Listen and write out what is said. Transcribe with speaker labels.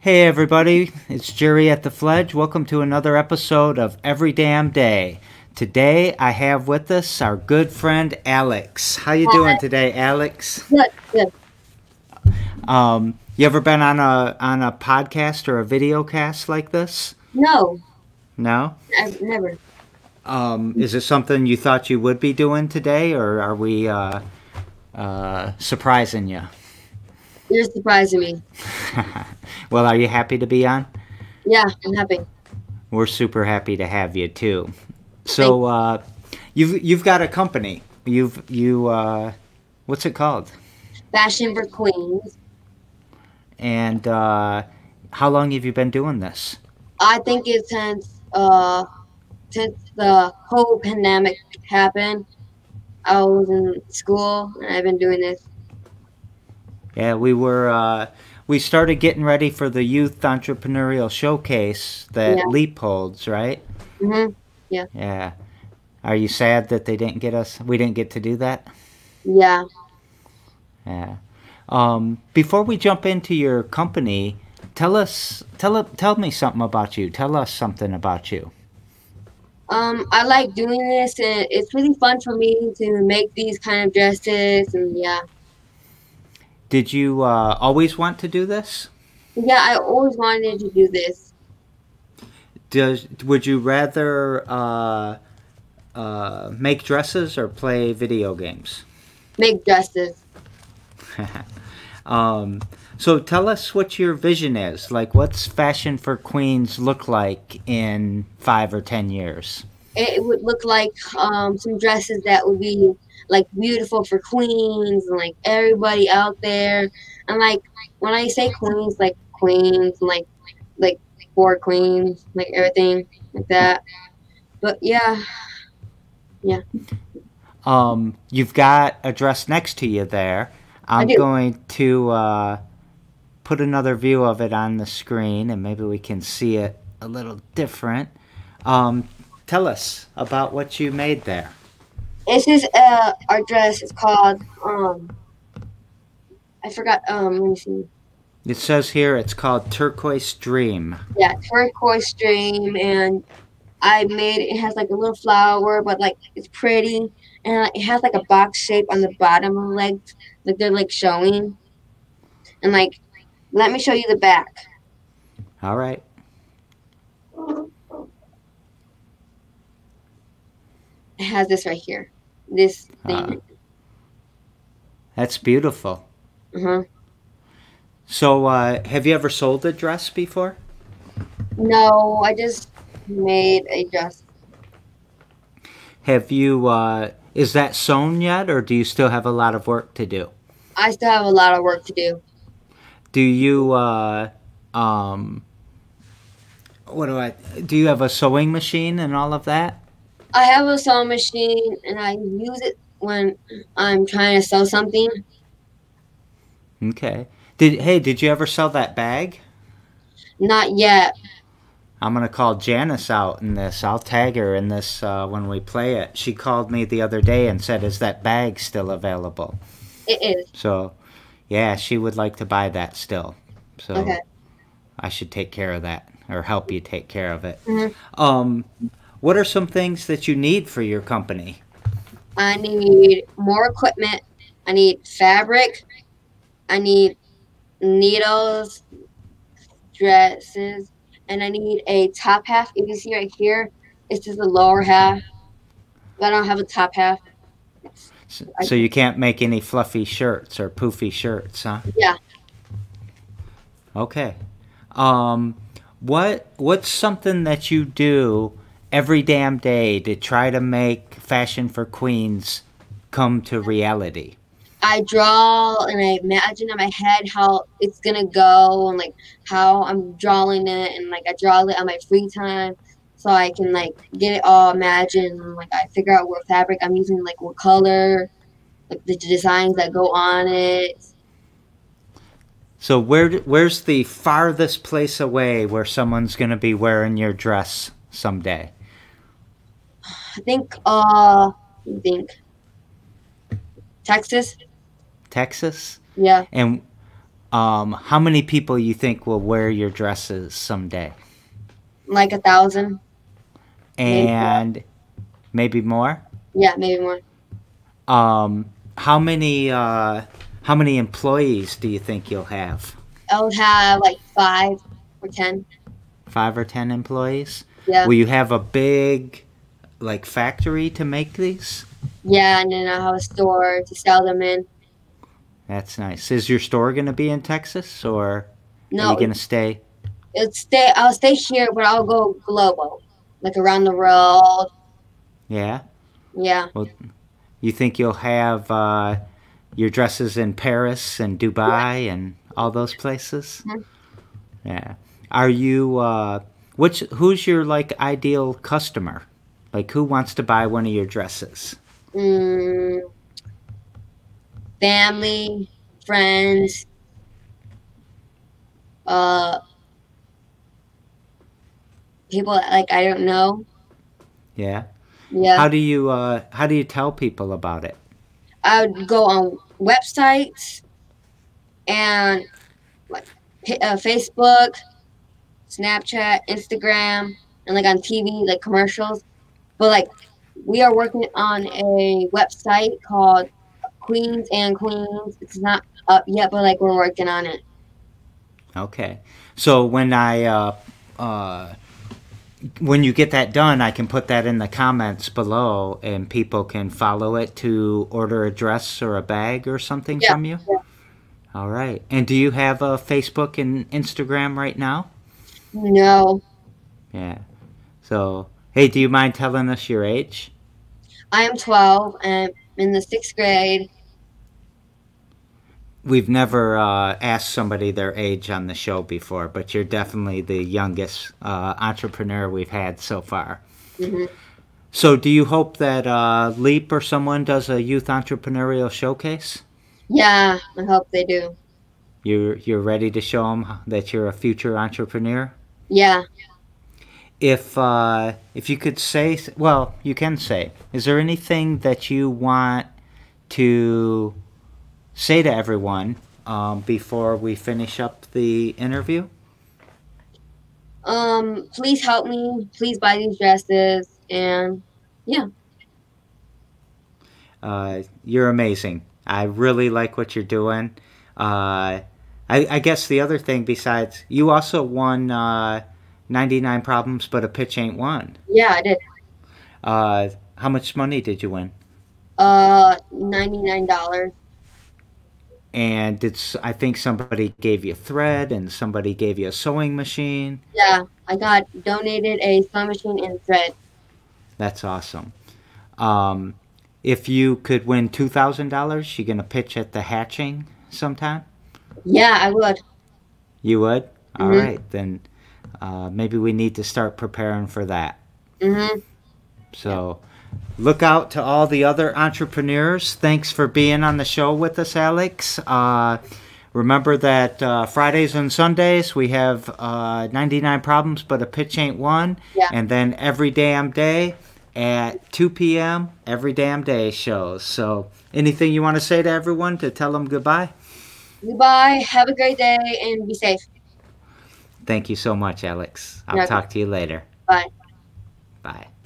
Speaker 1: Hey everybody, it's Jerry at the Fledge. Welcome to another episode of Every Damn Day. Today I have with us our good friend Alex. How you doing today, Alex?
Speaker 2: Good, good.
Speaker 1: Um, you ever been on a on a podcast or a video cast like this?
Speaker 2: No,
Speaker 1: No.
Speaker 2: I've never.
Speaker 1: Um, is it something you thought you would be doing today, or are we uh, uh, surprising you?
Speaker 2: You're surprising me.
Speaker 1: well, are you happy to be on?
Speaker 2: Yeah, I'm happy.
Speaker 1: We're super happy to have you too. So uh, you've you've got a company. You've you uh, what's it called?
Speaker 2: Fashion for Queens.
Speaker 1: And uh, how long have you been doing this?
Speaker 2: I think it's since uh since the whole pandemic happened, I was in school and I've been doing this.
Speaker 1: Yeah, we were uh, we started getting ready for the youth entrepreneurial showcase that
Speaker 2: Yeah.
Speaker 1: Leap holds, right?
Speaker 2: hmm
Speaker 1: Yeah. Are you sad that they didn't get us? We didn't get to do that.
Speaker 2: Yeah.
Speaker 1: Yeah. Um, before we jump into your company, tell us tell tell me something about you. Tell us something about you.
Speaker 2: Um, I like doing this and it's really fun for me to make these kind of dresses and yeah.
Speaker 1: Did you uh, always want to do this?
Speaker 2: Yeah, I always wanted to do this.
Speaker 1: Does would you rather uh, uh, make dresses or play video games?
Speaker 2: Make dresses.
Speaker 1: Um, so tell us what your vision is. Like, what's fashion for queens look like in five or ten years?
Speaker 2: it would look like um, some dresses that would be like beautiful for queens and like everybody out there. And like when I say queens, like queens and like like four queens, like everything like that. But yeah,
Speaker 1: Um, you've got a dress next to you there. I'm
Speaker 2: do.
Speaker 1: going to uh, put another view of it on the screen, and maybe we can see it a little different. Um, tell us about what you made there.
Speaker 2: this is uh, our dress. It's called um, I forgot. Um, let me see.
Speaker 1: It says here it's called Turquoise Dream.
Speaker 2: Yeah, turquoise stream, and I made it has like a little flower, but like it's pretty, and like, it has like a box shape on the bottom of the legs, like they're like showing, and like let me show you the back.
Speaker 1: All right.
Speaker 2: It has this right here, this thing.
Speaker 1: That's beautiful.
Speaker 2: Uh-huh.
Speaker 1: So, uh, have you ever sold a dress before?
Speaker 2: No, I just made a dress.
Speaker 1: Have you, uh, is that sewn yet, or do you still have a lot of work to do?
Speaker 2: I still have a lot of work to do.
Speaker 1: Do you, uh, um, what do I, do you have a sewing machine and all of that?
Speaker 2: I have a sewing machine, and I use it when I'm trying to sew something.
Speaker 1: Okay. Did, hey, did you ever sell that bag?
Speaker 2: Not yet.
Speaker 1: I'm gonna call Janice out in this. I'll tag her in this uh, when we play it. She called me the other day and said, "Is that bag still available?"
Speaker 2: It is.
Speaker 1: So, yeah, she would like to buy that still. So
Speaker 2: Okay.
Speaker 1: I should take care of that or help you take care of it.
Speaker 2: Mhm.
Speaker 1: Um, what are some things that you need for your company?
Speaker 2: I need more equipment. I need fabric. I need needles, dresses, and I need a top half. If you see right here, it's just the lower half. But I don't have a top half.
Speaker 1: S- So you can't make any fluffy shirts or poofy shirts, huh?
Speaker 2: Yeah.
Speaker 1: Okay. Um, what what's something that you do every damn day to try to make fashion for queens come to reality?
Speaker 2: I draw and I imagine in my head how it's gonna go and like how I'm drawing it and like I draw it on my free time so I can like get it all imagined and like I figure out what fabric I'm using, like what color, like the designs that go on it.
Speaker 1: So where d- where's the farthest place away where someone's gonna be wearing your dress someday?
Speaker 2: I think uh I think Texas.
Speaker 1: Texas?
Speaker 2: Yeah.
Speaker 1: And Um, how many people you think will wear your dresses someday?
Speaker 2: like a thousand. Maybe more.
Speaker 1: And maybe more.
Speaker 2: Yeah, maybe more.
Speaker 1: Um, how many uh, how many employees do you think you'll have?
Speaker 2: I would have like five or ten.
Speaker 1: Five or ten employees?
Speaker 2: Yeah.
Speaker 1: Will you have a big like factory to make these?
Speaker 2: yeah, and then I'll have a store to sell them in.
Speaker 1: That's nice. Is your store gonna be in Texas or are
Speaker 2: No,
Speaker 1: you gonna stay?
Speaker 2: it's stay. I'll stay here, but I'll go global, like around the world.
Speaker 1: Yeah.
Speaker 2: Yeah,
Speaker 1: You think you'll have uh, your dresses in Paris and Dubai and all those places?
Speaker 2: Mhm.
Speaker 1: Yeah. Are you uh, which who's your like ideal customer? Like who wants to buy one of your dresses?
Speaker 2: mm, family, friends. Uh, people that, like I don't know.
Speaker 1: Yeah.
Speaker 2: Yeah.
Speaker 1: How do you uh, how do you tell people about it?
Speaker 2: I would go on websites and like pa- uh, Facebook, Snapchat, Instagram, and like on TV, like commercials. But like we are working on a website called Queens and Queens. It's not up yet, but like we're working on it.
Speaker 1: Okay. So when I uh, uh, when you get that done, I can put that in the comments below, and people can follow it to order a dress or a bag or something
Speaker 2: Yeah,
Speaker 1: from you. All right. And do you have a Facebook and Instagram right now?
Speaker 2: No,
Speaker 1: Yeah. So hey, do you mind telling us your age?
Speaker 2: I am 12 and I'm in the sixth grade.
Speaker 1: We've never uh, asked somebody their age on the show before, but you're definitely the youngest uh, entrepreneur we've had so far.
Speaker 2: hmm
Speaker 1: So, do you hope that uh, Leap or someone does a youth entrepreneurial showcase?
Speaker 2: Yeah, I hope they do.
Speaker 1: You're you're ready to show them that you're a future entrepreneur.
Speaker 2: Yeah.
Speaker 1: If uh, if you could say, well, you can say. Is there anything that you want to say to everyone um, before we finish up the interview?
Speaker 2: um please help me please buy these dresses and
Speaker 1: Uh, you're amazing. I really like what you're doing. Uh, I, I guess the other thing besides, you also won uh, 99 problems, but a pitch ain't one.
Speaker 2: yeah i did
Speaker 1: Uh, how much money did you win?
Speaker 2: uh 99 dollars
Speaker 1: And it's I think somebody gave you thread, and somebody gave you a sewing machine.
Speaker 2: yeah i got donated a sewing machine and thread
Speaker 1: That's awesome. Um, if you could win two thousand dollars, you gonna pitch at the hatching sometime?
Speaker 2: yeah i would
Speaker 1: You would? All
Speaker 2: Mhm.
Speaker 1: right, then uh, maybe we need to start preparing for that.
Speaker 2: mm-hmm.
Speaker 1: So look out to all the other entrepreneurs. Thanks for being on the show with us, Alex. Uh, remember that uh, Fridays and Sundays we have uh, 99 Problems, but a pitch ain't one.
Speaker 2: Yeah.
Speaker 1: And then every damn day at 2 p.m., every damn day shows. So anything you want to say to everyone to tell them goodbye?
Speaker 2: goodbye have a great day and be safe
Speaker 1: Thank you so much, Alex. I'll
Speaker 2: Yeah.
Speaker 1: talk to you later.
Speaker 2: Bye.
Speaker 1: Bye.